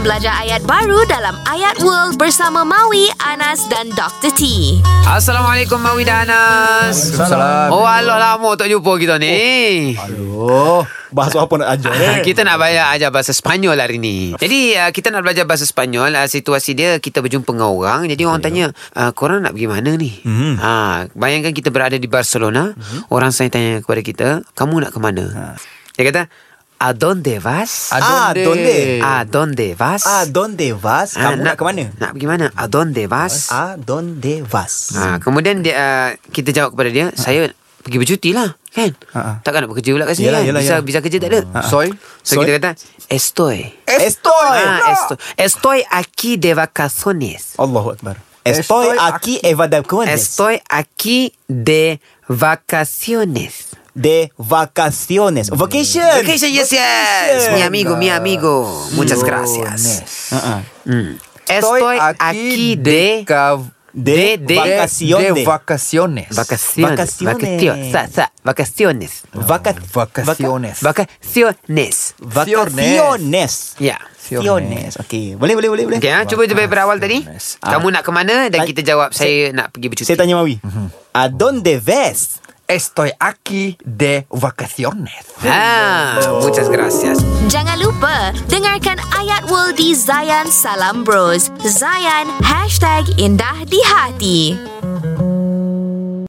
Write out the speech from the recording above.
belajar ayat baru dalam Ayat World bersama Maui, Anas dan Dr. T. Assalamualaikum Mawi dan Anas. Salam. Oh Allah lama tak jumpa kita ni. Oh. Aduh, bahasa apa nak ajar eh? Ah, Kita nak belajar ajar bahasa Sepanyol hari ni. Jadi ah, kita nak belajar bahasa Sepanyol. Ah, Situasi dia kita berjumpa dengan orang. Jadi Ya. orang tanya, ah, korang nak pergi mana ni? Mhm. Ha, bayangkan kita berada di Barcelona. Mhm. Orang saya tanya kepada kita, kamu nak ke mana? Ha. Dia kata, a dónde vas? A dónde? A dónde vas? A dónde vas? Ah, Kamu nak ke mana? Ah, Nak pergi mana? A dónde vas? A dónde vas? Ha, kemudian dia, uh, kita jawab kepada dia, saya pergi bercuti lah, kan? Ha. Takkan nak bekerja pula kat sini Yalah, kan? yalah, bisa, yalah. bisa kerja tak ada. Soy? So, Soy? kita kata, estoy. Estoy. Ah, estoy. Estoy aquí de vacaciones. Allahu Akbar. Estoy aquí evacuaciones. Estoy aquí de vacaciones. De vacaciones. Vacation. Vacation, yes, yes. Mi amigo, mi amigo. Muchas gracias. Ah, ah. Mm. Estoy aquí de... cav- De, de, de vacaciones. de vacaciones. vacaciones. Vacaciones. Sa- sa- Vacaciones. Vaca- Vacaciones. Vacaciones. vaca- Vacaciones. Ya. Vacaciones. Okey. Boleh, boleh, boleh, boleh. Okay, ha? cuba daripada awal tadi. Vacaciones. Kamu nak ke mana dan Tan- kita jawab saya nak pergi bercuti. Saya tanya Mawi. Mhm. A dónde ves? Estoy aquí de vacaciones. Ha, muchas gracias. Jangan lupa, dengarkan Ayat World di Zayan Salam Bros. Zayan, hashtag indah di hati.